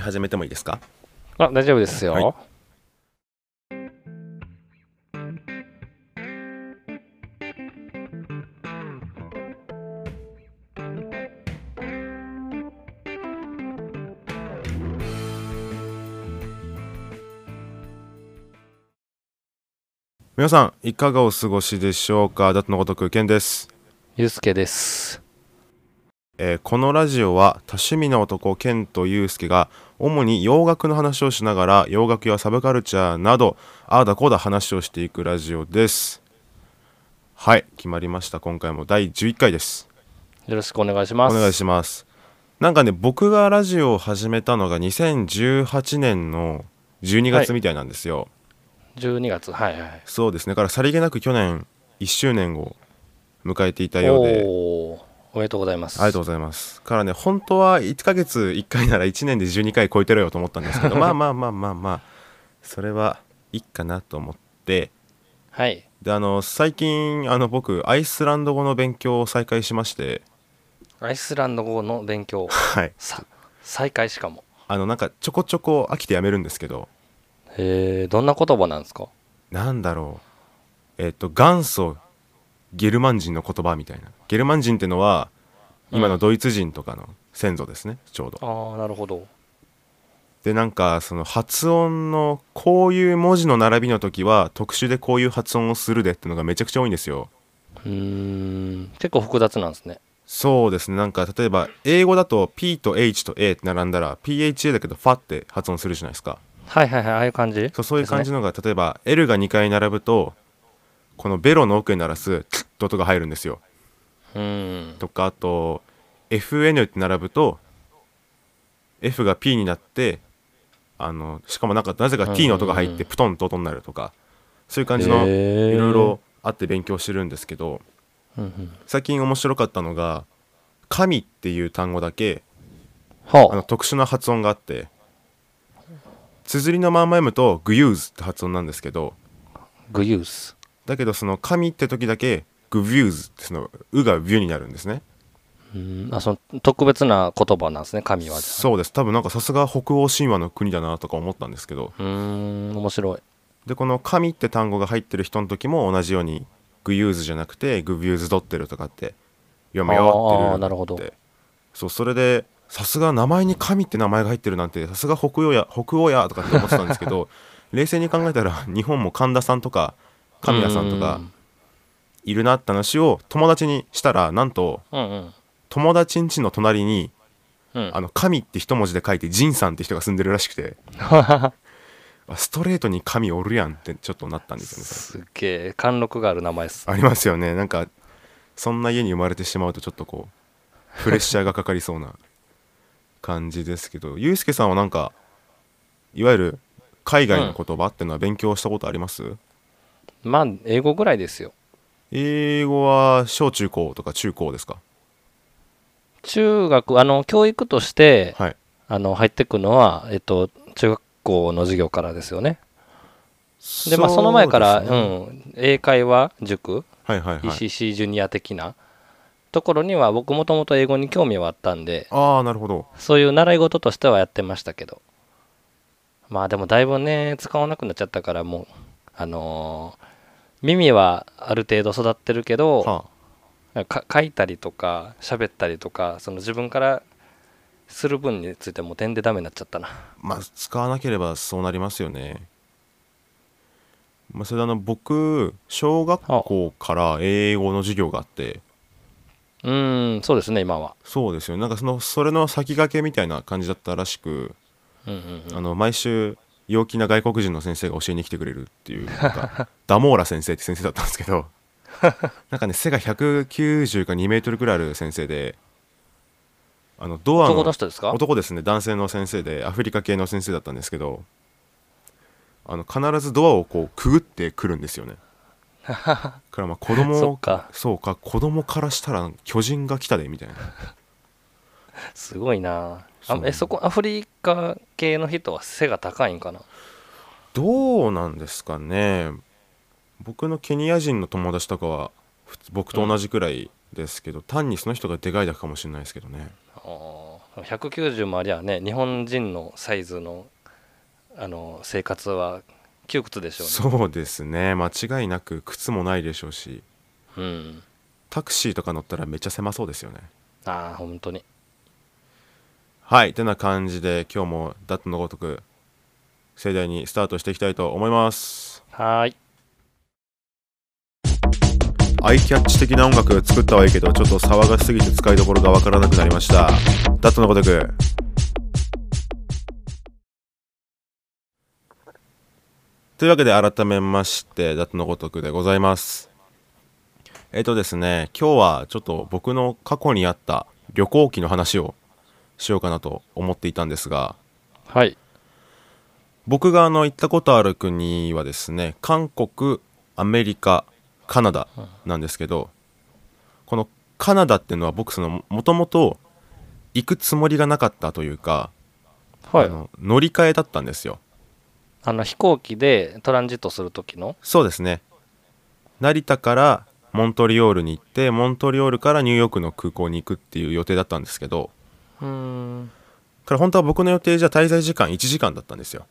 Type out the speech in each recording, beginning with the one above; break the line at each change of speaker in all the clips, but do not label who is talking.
始めてもいいですか
あ大丈夫ですよ、
はい皆さんいかがお過ごしでしょうかだとのごとくケンです、
ゆうすけです
えーこのラジオは多趣味な男ケンとユウスケが主に洋楽の話をしながら洋楽やサブカルチャーなどああだこうだ話をしていくラジオですはい決まりました今回も第11回です
よろしくお願いします
お願いしますなんかね僕がラジオを始めたのが2018年の12月みたいなんですよ、
12月はいはい
そうですねだからさりげなく去年1周年を迎えていたようで
おーおめでとうございます
ありがとうございますからね本当は1ヶ月1回なら1年で12回超えてるよと思ったんですけどまあまあまあまあまあそれはいいかなと思って
はい
であの最近あの僕アイスランド語の勉強を再開しまして
アイスランド語の勉 強
はい
さ再開しかも
あのなんかちょこちょこ飽きてやめるんですけど
へえどんな言葉なんですか
なんだろうえっ、と元祖ゲルマン人の言葉みたいなゲルマン人ってのは今のドイツ人とかの先祖ですねちょうど
ああなるほど
でなんかその発音のこういう文字の並びの時は特殊でこういう発音をするでってのがめちゃくちゃ多いんですよ
うーん結構複雑なんですね
そうですねなんか例えば英語だと P と H と A って並んだら PHA だけどファって発音するじゃないですか
はいはいはいああいう感じ
そうそういう感じのが、例えば L が2回並ぶとこのベロの奥に鳴らすキュッと音が入るんですよ
うーん
とかあと FN って並ぶと F が P になってあのしかもなんかなぜか T の音が入ってプトンと音になるとかそういう感じの
へー
いろいろあって勉強してるんですけど
うんうん
最近面白かったのが「神」っていう単語だけあの
は
特殊な発音があって綴りのまんま読むと「グユーズ」って発音なんですけど
あグユース
だけどその「神」って時だけ「グビューズ」ってその「う」が「ビュ」になるんですね。
うーんあその特別な言葉なんですね神はじゃ
そうです多分なんかさすが北欧神話の国だなとか思ったんですけど
あうーん面白い
でこの「神」って単語が入ってる人の時も同じように「グユーズ」じゃなくて「グビューズドッテル」とかって読むよって
あ
い
ー
う
なるほど
そうそれでさすが名前に「神」って名前が入ってるなんてさすが北欧や北欧やとかって思ってたんですけ ど冷静に考えたら日本も神田さんとか神谷さんとかいるなって話を友達にしたらなんと
うんうん
友達ん家の隣に
うん
あの神って一文字で書いて仁さんって人が住んでるらしく てあストレートに神おるやんってちょっとなったんですよねそれ
すっげえ貫禄がある名前です
ありますよねなんかそんな家に生まれてしまうとちょっとこうプレッシャーがかかりそうな感じですけどゆうすけさんはなんかいわゆる海外の言葉ってのは勉強したことあります、
まあ英語ぐらいですよ
英語は小中高とか中高ですか
中学あの教育として
はい
あの入ってくのは、えっと、中学校の授業からですよねでまあその前からう、
そうですね
ん、英会話塾
はいはいはい
ECC ジュニア的なところには僕もともと英語に興味はあったんで
ああなるほど
そういう習い事としてはやってましたけどまあでもだいぶね使わなくなっちゃったからもうあのー耳はある程度育ってるけど、
は
か書いたりとか喋ったりとかその自分からする分についてもう点でダメになっちゃったな
あ、まあ使わなければそうなりますよねまあそれであの僕小学校から英語の授業があって
うーんそうですね今は
そうですよねなんかそのそれの先駆けみたいな感じだったらしく、
うんうん
あの毎週陽気な外国人の先生が教えに来てくれるっていうなん かダモーラ先生って先生だったんですけど なんかね背が190か2メートルくらいある先生であのドアの
男の人ですか
男ですね男性の先生でアフリカ系の先生だったんですけどあの必ずドアをこうくぐってくるんですよ ねだからまあ子供
そっか
そうか子供からしたら巨人が来たでみたいな
すごいなあ
そう
えそこアフリカ系の人は背が高いんかな
どうなんですかね僕のケニア人の友達とかはふつ僕と同じくらいですけど、単にその人がでかいだけかもしれないですけどね
あー190もありゃね日本人のサイズのあの生活は窮屈でしょうね
そうですね間違いなく靴もないでしょうし
うん
タクシーとか乗ったらめっちゃ狭そうですよね
ああ本当に
はいてな感じで今日もダットのごとく盛大にスタートしていきたいと思います
はーい
アイキャッチ的な音楽作ったはいいけどちょっと騒がしすぎて使いどころがわからなくなりましたダットのごとくというわけで改めましてダットのごとくでございますえっ、とですね今日はちょっと僕の過去にあった旅行記の話をしようかなと思っていたんですが
はい
僕があの行ったことある国はですね韓国アメリカカナダなんですけどこのカナダっていうのは僕そのもともと行くつもりがなかったというか、
はい
あの乗り換えだったんですよ
あの飛行機でトランジットする時の
そうですね成田からモントリオールに行ってモントリオールからニューヨークの空港に行くっていう予定だったんですけど
うーん
これ本当は僕の予定じゃ滞在時間1時間だったんですよ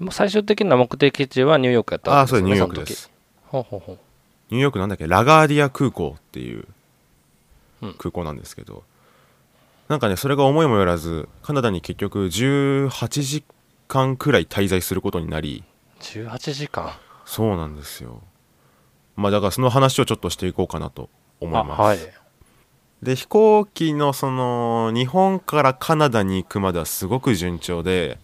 もう最終的な目的地はニューヨークやった
あ
わ
あ
け
そう
で
ですすニ
よ
ューヨーク
ねその
で
時
す
ほうほうほう
ニューヨークなんだっけラガーディア空港っていう
うん
空港なんですけど、なんかねそれが思いもよらずカナダに結局18時間くらい滞在することになり
18時間
そうなんですよまあだからその話をちょっとしていこうかなと思います、
あはい
で飛行機のその日本からカナダに行くまではすごく順調で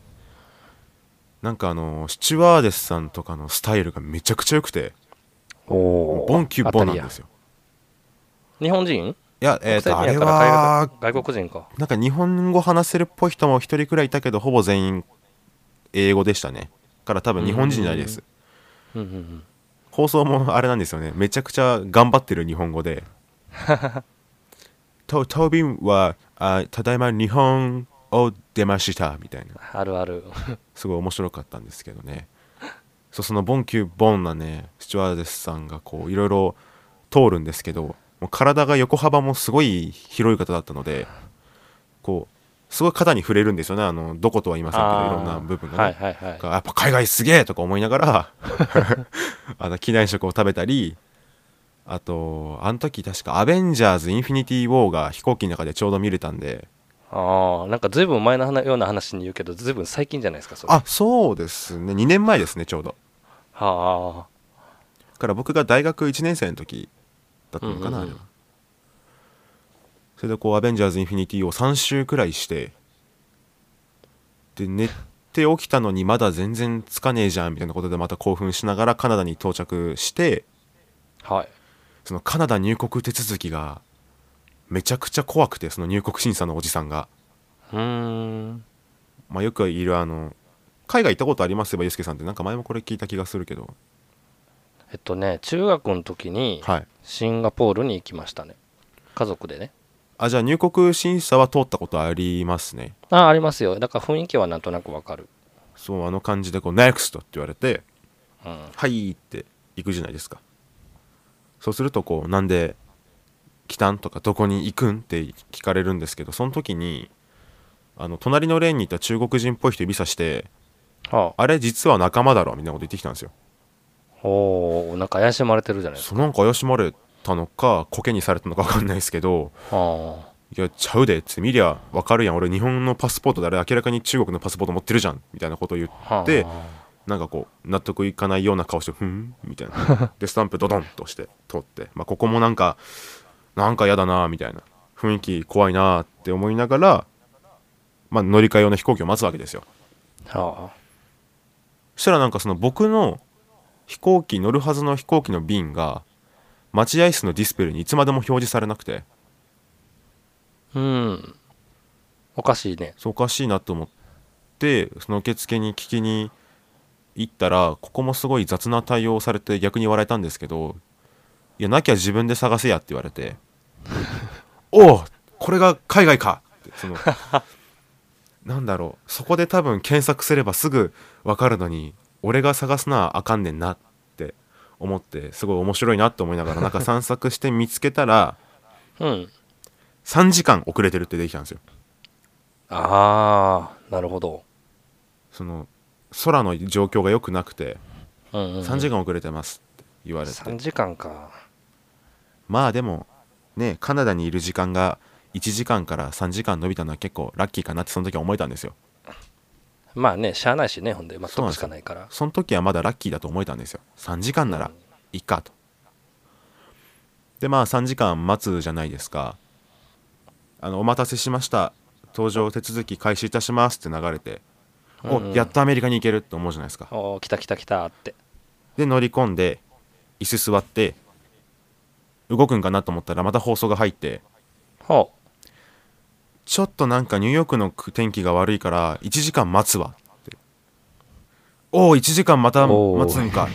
なんかあのスチュワーデスさんとかのスタイルがめちゃくちゃ良くて
おお
ボンキュッボンなんですよ
日本人
いやえっ、とあ
国
れ
際人やから
は
外国外国人か
なんか日本語話せるっぽい人も一人くらいいたけどほぼ全員英語でしたねから多分日本人じゃないです
うんうんうん
放送もあれなんですよねめちゃくちゃ頑張ってる日本語 でとトビンはあただいま日本を出ましたみたいな
あるある
すごい面白かったんですけどねそうそのボンキューボンなねスチュワーデスさんがこういろいろ通るんですけどもう体が横幅もすごい広い方だったのでこうすごい肩に触れるんですよねあのどことは言いませんけどいろんな部分が、ね
はいはいはい
やっぱ海外すげえとか思いながら あの機内食を食べたりあとあの時確か「アベンジャーズ・インフィニティ・ウォー」が飛行機の中でちょうど見れたんで
ああなんかずいぶん前の話ような話に言うけどずいぶん最近じゃないですかそれ
あそうですね2年前ですねちょうど
は
だから僕が大学1年生の時だったのかな、
うんうんうん
あれはそれでこう「アベンジャーズ・インフィニティ」を3週くらいしてで寝て起きたのにまだ全然つかねえじゃんみたいなことでまた興奮しながらカナダに到着して
あはい
そのカナダ入国手続きがめちゃくちゃ怖くてその入国審査のおじさんが、
うーん
まあ、よくいるあの海外行ったことありますよばゆうすけさんってなんか前もこれ聞いた気がするけど
えっとね中学の時に
はい
シンガポールに行きましたね家族でね
あじゃあ入国審査は通ったことありますね
ああありますよだから雰囲気はなんとなくわかる
そうあの感じでこう「NEXT」って言われて
うん
「はい」って行くじゃないですかそうするとこう「なんで来たん?」とか「どこに行くん?」って聞かれるんですけどその時にあの隣のレーンにいた中国人っぽい人指さして
は
「あれ実は仲間だろ」みたいなこと言ってきたんですよ
あおおなんか怪しまれてるじゃないです
そうなんか怪しまれたのかコケにされたのか分かんないですけど
かはあ
「いやちゃうで」っつって見りゃ分かるやん俺日本のパスポートであれ明らかに中国のパスポート持ってるじゃんみたいなことを言って
はあ
でなんかこう納得いかないような顔して「ふん?」みたいなでスタンプドドンとして取って、まあ、ここもなんかなんかやだなみたいな雰囲気怖いなって思いながら、まあ、乗り換え用の飛行機を待つわけですよ
は
そしたらなんかその僕の飛行機乗るはずの飛行機の便が待合室のディスプレイにいつまでも表示されなくて
あうんおかしいね
そうおかしいなと思ってその受付に聞きに行ったらここもすごい雑な対応をされて逆に笑えたんですけど「いやなきゃ自分で探せや」って言われて「 おおこれが海外か!」ってそのなんだろうそこで多分検索すればすぐ分かるのに俺が探すのはあかんねんなって思ってすごい面白いなって思いながらなんか散策して見つけたら
うん
3時間遅れてるってできたんですよ
ああなるほど、
その空の状況が良くなくて
うんうんうん、
3時間遅れてますって言われて、
3時間か
まあでもねカナダにいる時間が1時間から3時間伸びたのは結構ラッキーかなってその時は思えたんですよ
まあねしゃあないしねほんで全
そうなん
く
です
しかないから
その時はまだラッキーだと思えたんですよ3時間ならいいかとでまあ3時間待つじゃないですかあのお待たせしました搭乗手続き開始いたしますって流れて、
うんう
お
ん
やっとアメリカに行けるって思うじゃないですか
おー来た来た来たって
で乗り込んで椅子座って動くんかなと思ったらまた放送が入って
ほ
ちょっとなんかニューヨークの天気が悪いから1時間待つわっておお1時間また
おー
待つんか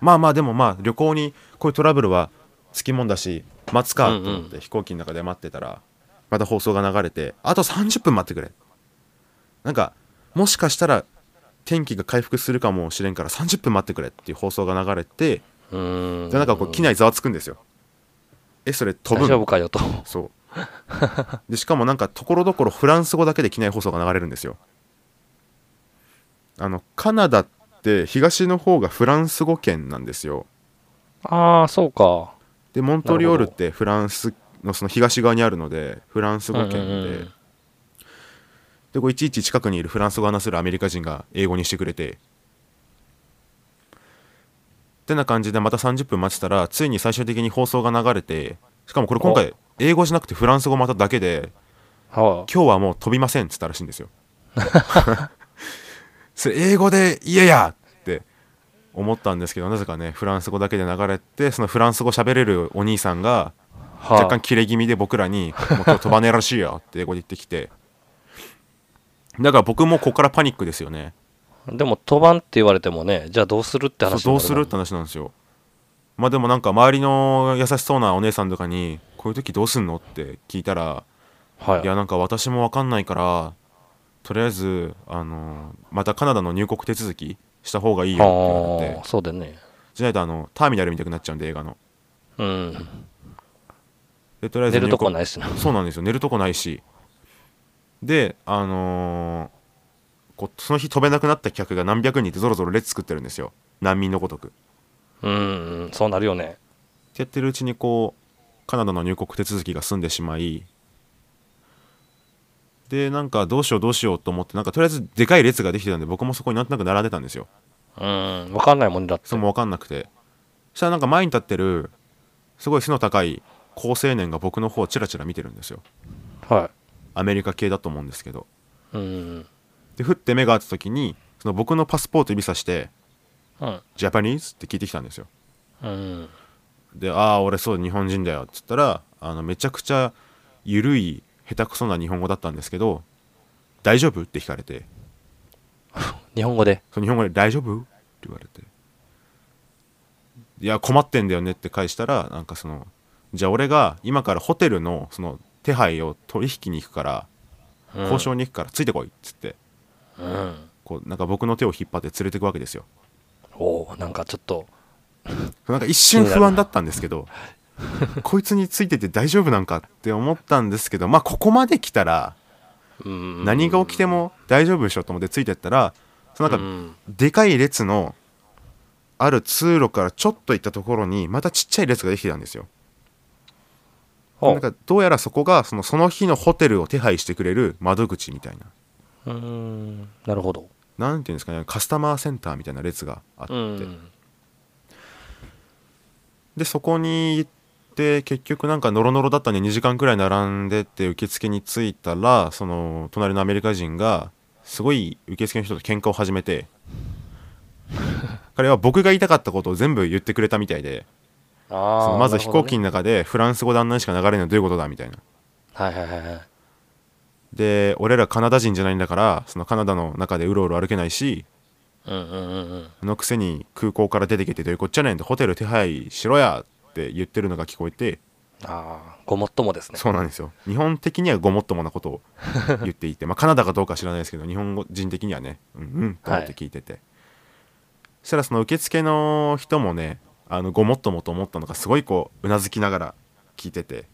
まあまあでもまあ旅行にこういうトラブルはつきもんだし待つかと思っ
うんう
て飛行機の中で待ってたらまた放送が流れてあと30分待ってくれなんかもしかしたら天気が回復するかもしれんから30分待ってくれっていう放送が流れて
ううーん
でなんかこう機内ざわつくんですよえそれ飛ぶの
大丈夫かよと
そうでしかもなんかところどころフランス語だけで機内放送が流れるんですよあのカナダって東の方がフランス語圏なんですよ
ああそうか
でモントリオールっ
なる
てフランスのその東側にあるのでフランス語圏で、
うんうんうん
でこういちいち近くにいるフランス語を話せるアメリカ人が英語にしてくれてってな感じでまた30分待ってたらついに最終的に放送が流れてしかもこれ今回英語じゃなくてフランス語まただけで
は
今日はもう飛びませんっつったらしいんですよそれ英語で言えやって思ったんですけどなぜかねフランス語だけで流れてそのフランス語喋れるお兄さんが
あはあ
若干キレ気味で僕らに「もう今日飛ばねえらしいよ」って英語で言ってきてだから僕もここからパニックですよね
でも飛ばんって言われてもねじゃあどうするって話
そうどうするって
と
話なんですよまあでもなんか周りの優しそうなお姉さんとかに「こういう時どうすんの?」って聞いたら
はい
いやなんか私も分かんないからとりあえずあのまたカナダの入国手続きした方がいいよって言われ
あー
て
そうだね
じゃないとあのターミナル見たくなっちゃうんで映画の
うん
でとりあえず
寝るとこ
な
ないしな
そうなんですよ寝るとこないしであのーこうその日飛べなくなった客が何百人ってぞろぞろ列作ってるんですよ難民のごとく
うんうんそうなるよね
ってやってるうちにこうカナダの入国手続きが済んでしまいでなんかどうしようどうしようと思ってなんかとりあえずでかい列ができてたんで僕もそこになんとなく並んでたんですよ
うん分かんないもんだって
それも分かんなくてそしたらなんか前に立ってるすごい背の高い高青年が僕の方をチラチラ見てるんですよ
は
アメリカ系だと思うんですけど
いうん
でふって目が合った時にその僕のパスポート指さして
うん
「ジャパニーズ?」って聞いてきたんですよ
うん
で「ああ俺そう日本人だよ」っつったらあのめちゃくちゃ緩い下手くそな日本語だったんですけど「大丈夫?」って聞かれて
日本語で
その日本語で「大丈夫?」って言われて「いや困ってんだよね」って返したらなんかその「じゃあ俺が今からホテルのその手配を取引に行くから
うん
交渉に行くからついてこい」っつって、
うん
こうなんか僕の手を引っ張って連れてくわけですよ
おおなんかちょっと
なんか一瞬不安だったんですけどこいつについてて大丈夫なんかって思ったんですけどまあここまで来たら
うん
何が起きても大丈夫でしょと思ってついてったらそのなん
う
か
ん
でかい列のある通路からちょっと行ったところにまたちっちゃい列ができてたんですよ
お
なんかどうやらそこがそのその日のホテルを手配してくれる窓口みたいな
うんなるほど
なんていうんですかねカスタマーセンターみたいな列があって、
うん
でそこに行って結局なんかノロノロだったんで2時間くらい並んでって受付に着いたらその隣のアメリカ人がすごい受付の人と喧嘩を始めて彼は僕が言いたかったことを全部言ってくれたみたいでそ
あ
の
あ
まず飛行機
に
の中でフランス語で案内しか流れないのはどういうことだみたいな
はいはいはいはい
で俺らカナダ人じゃないんだからそのカナダの中でうろうろ歩けないし
うんうんうんうん
そのくせに空港から出てきてどういうこっちゃねんでホテル手配しろやって言ってるのが聞こえて
ああごもっともですね
そうなんですよ日本的にはごもっともな ことを言っていてまあカナダかどうかは知らないですけど日本人的にはねうんうんと思って聞いてて、そしたらその受付の人もねあのごもっともと思ったのがすごいこううなずきながら聞いてて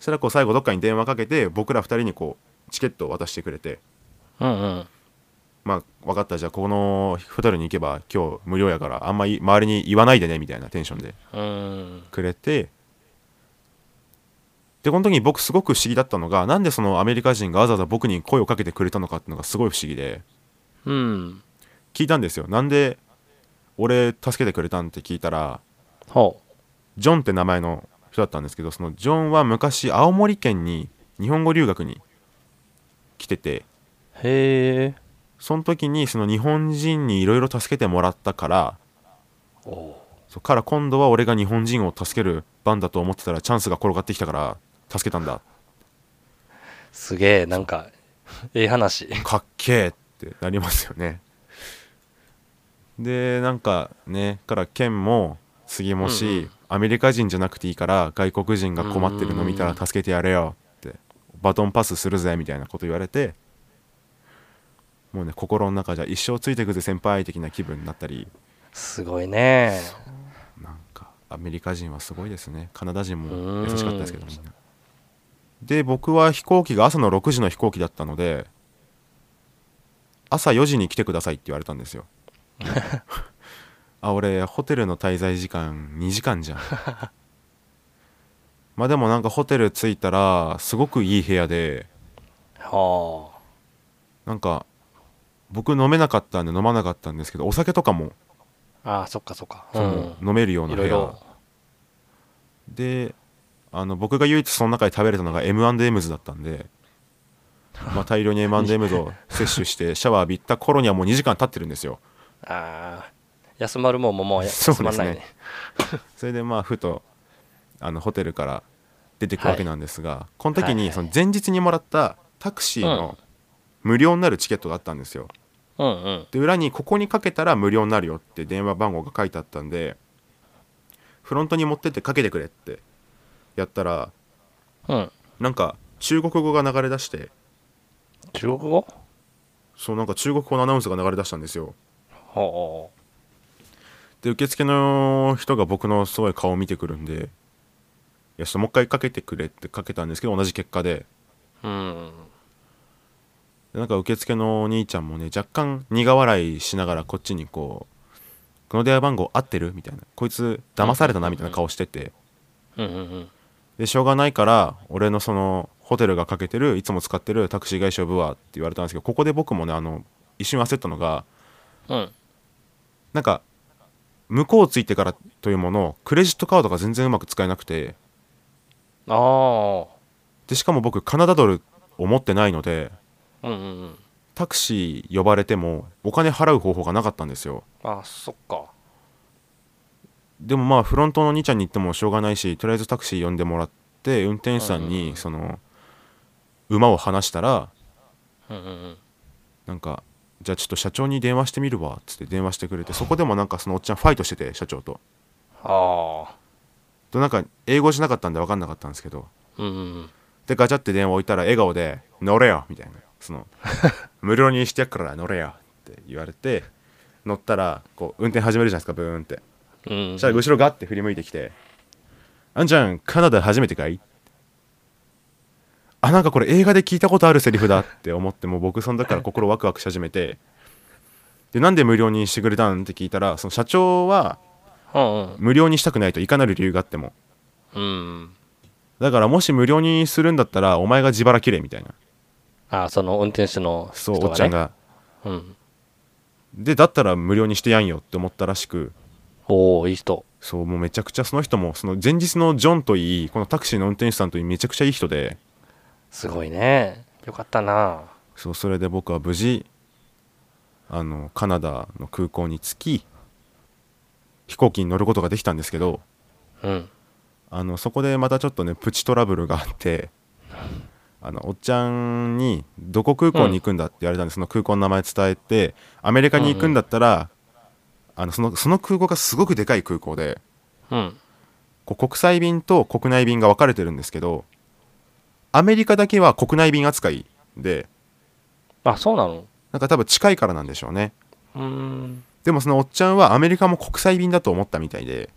そしたらこう最後どっかに電話かけて僕ら2人にこうチケットを渡してくれて
うんうん
まあ分かったじゃあこのホテルに行けば今日無料やからあんまり周りに言わないでねみたいなテンションで
うん
くれてでこの時に僕すごく不思議だったのがなんでそのアメリカ人がわざわざ僕に声をかけてくれたのかっていうのがすごい不思議で
うん
聞いたんですよなんで俺助けてくれたんって聞いたら
ほ
ジョンって名前の人だったんですけどそのジョンは昔青森県に日本語留学に来てて
うへえ
その時にその日本人にいろいろ助けてもらったから
おう
そうから今度は俺が日本人を助ける番だと思ってたらチャンスが転がってきたから助けたんだ
すげえなんかええ話
かっけーってなりますよねでなんかねから県も次もし、
うんうん
アメリカ人じゃなくていいから外国人が困ってるの見たら助けてやれよってバトンパスするぜみたいなこと言われてもうね心の中じゃ一生ついてくぜ先輩的な気分になったり
すごいね
なんかアメリカ人はすごいですねカナダ人も優しかったですけどみんなで僕は飛行機が朝の6時の飛行機だったので朝4時に来てくださいって言われたん ですよあ俺ホテルの滞在時間2時間じゃん まあでもなんかホテル着いたらすごくいい部屋で
はあ
なんか僕飲めなかったんで飲まなかったんですけどお酒とかも
ああそっかそっか
そうの
ん
飲めるようない部
ろ
屋、
いろ
であの僕が唯一その中で食べれたのが M&M's だったんで、まあ、大量に M&M's を摂取 してシャワー浴びた頃にはもう2時間経ってるんですよ
ああ休まるもんももうや
そうですね
休まんないね
それでまあふとあのホテルから出てくわけなんですが、この時
はいは
に
い
その前日にもらったタクシー
うん
の無料になるチケットがあったんですよ
うんうん
で裏にここにかけたら無料になるよって電話番号が書いてあったんでフロントに持ってってかけてくれってやったら
うん
なんか中国語が流れ出して
中国語
そうなんか中国語のアナウンスが流れ出したんですよ
ほう
で受付の人が僕のすごい顔を見てくるんで「いやちょっともう一回かけてくれ」ってかけたんですけど同じ結果で
うん
でなんか受付のお兄ちゃんもね若干苦笑いしながらこっちにこう「この電話番号合ってる?」みたいな「こいつ騙されたな」みたいな顔してて
うんうんうん
でしょうがないから俺のそのホテルがかけてるいつも使ってるタクシー会社を呼ぶわって言われたんですけどここで僕もねあの一瞬焦ったのが
うん
なんか向こうついてからというものクレジットカードが全然うまく使えなくて
ああ
でしかも僕カナダドルを持ってないので
うんうんうん
タクシー呼ばれてもお金払う方法がなかったんですよ
あそっか
でもまあフロントの兄ちゃんに行ってもしょうがないしとりあえずタクシー呼んでもらって運転手さん
うんう
に
ん
その馬を離したら
うんうんうん
なんかじゃあちょっと社長に電話してみるわっつって電話してくれてそこでもなんかそのおっちゃんファイトしてて社長と
ああ
となんか英語じゃなかったんで分かんなかったんですけど
うんうん
でガチャって電話置いたら笑顔で「乗れよ」みたいなそ の「無料にしてやっから乗れよ」って言われて乗ったらこう運転始めるじゃないですかブーンって
うん
そしたら後ろガッて振り向いてきて「あんちゃんカナダ初めてかい?」あなんかこれ映画で聞いたことあるセリフだって思ってもう僕その時から心ワクワクし始めてでなんで無料にしてくれたんって聞いたらその社長は
うん
無料にしたくないといかなる理由があっても
うんうん
だからもし無料にするんだったらお前が自腹切れみたいな
ああその運転手の
そ
人
うおっちゃ
ね
んが
うん
でだったら無料にしてやんよって思ったらしく
おおいい人
そうもうめちゃくちゃその人もその前日のジョンといいこのタクシーの運転手さんといいめちゃくちゃいい人です
ごいねよかったな
そうそれで僕は無事あのカナダの空港に着き飛行機に乗ることができたんですけど
うん
あのそこでまたちょっとねプチトラブルがあってあのおっちゃんに「どこ空港に行くんだ?」って言われたんで、その空港の名前伝えてアメリカに行くんだったら、あのそのその空港がすごくでかい空港で。
うん
こう国際便と国内便が分かれてるんですけどアメリカだけは国内便扱いで
あそうなの
なんか多分近いからなんでしょうね
うーん
でもそのおっちゃんはアメリカも国際便だと思ったみたいで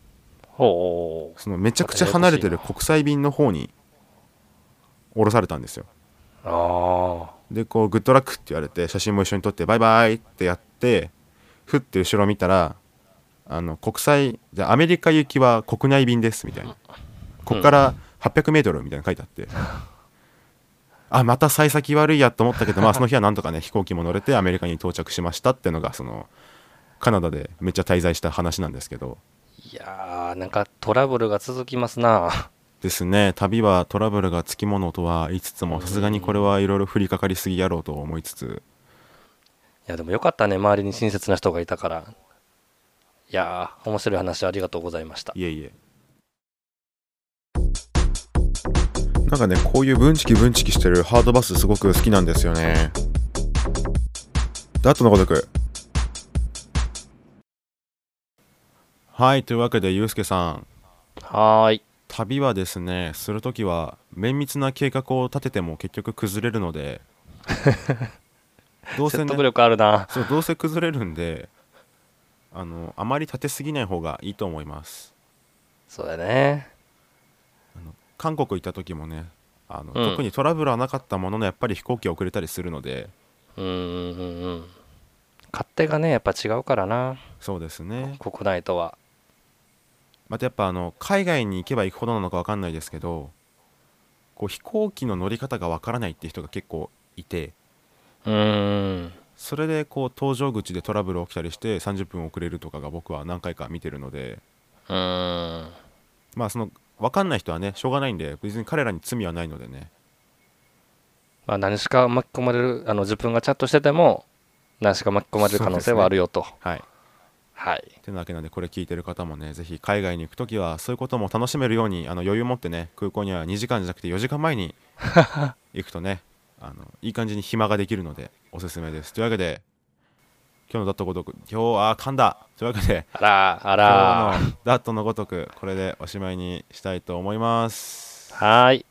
ほう
そのめちゃくちゃ離れてる
またややこしい
国際便の方に降ろされたんですよ
うあ
でこうグッドラックって言われて写真も一緒に撮ってバイバイってやってふって後ろ見たらあの国際じゃあアメリカ行きは国内便ですみたいなこっから8 0 0ルみたいなの書いてあって、あまた幸先悪いやと思ったけどまあその日はなんとかね飛行機も乗れてアメリカに到着しましたっていうのがそのカナダでめっちゃ滞在した話なんですけど
いやーなんかトラブルが続きますな
ですね旅はトラブルがつきものとは言いつつもさすがにこれはいろいろ降りかかりすぎやろうと思いつつ
いやでもよかったね周りに親切な人がいたからいやー面白い話ありがとうございました
いえいえなんかねこういうブンチキブンチキしてるハードバスすごく好きなんですよねダットのごとくはいというわけでゆうすけさん
はーい
旅はですねするときは綿密な計画を立てても結局崩れるの でどうせ
説
ね
得力あるな
そうどうせ崩れるんであのあまり立てすぎない方がいいと思います
そうだね
韓国行った時もねあの、
うん
特にトラブルはなかったもののやっぱり飛行機は遅れたりするので
うんうんうんうん勝手がねやっぱ違うからな
そうですね
国内とは
またやっぱあの海外に行けば行くほどなのか分かんないですけどこう飛行機の乗り方が分からないっていう人が結構いて
うーん
それでこう搭乗口でトラブル起きたりして30分遅れるとかが僕は何回か見てるので
うーん
まあその分かんない人はねしょうがないんで別に彼らに罪はないのでね
まあ何しか巻き込まれるあの自分がチャットしてても何しか巻き込まれる可能性はあるよと、
はい
はい
てなわけなんでこれ聞いてる方もねぜひ海外に行く時はそういうことも楽しめるようにあの余裕持ってね空港には2時間じゃなくて4時間前に行くとねあのいい感じに暇ができるのでおすすめですというわけで今日のダットごとく今日あー噛んだというわけで
あらあ
今
ら
日のダットのごとくこれでおしまいにしたいと思います
はーい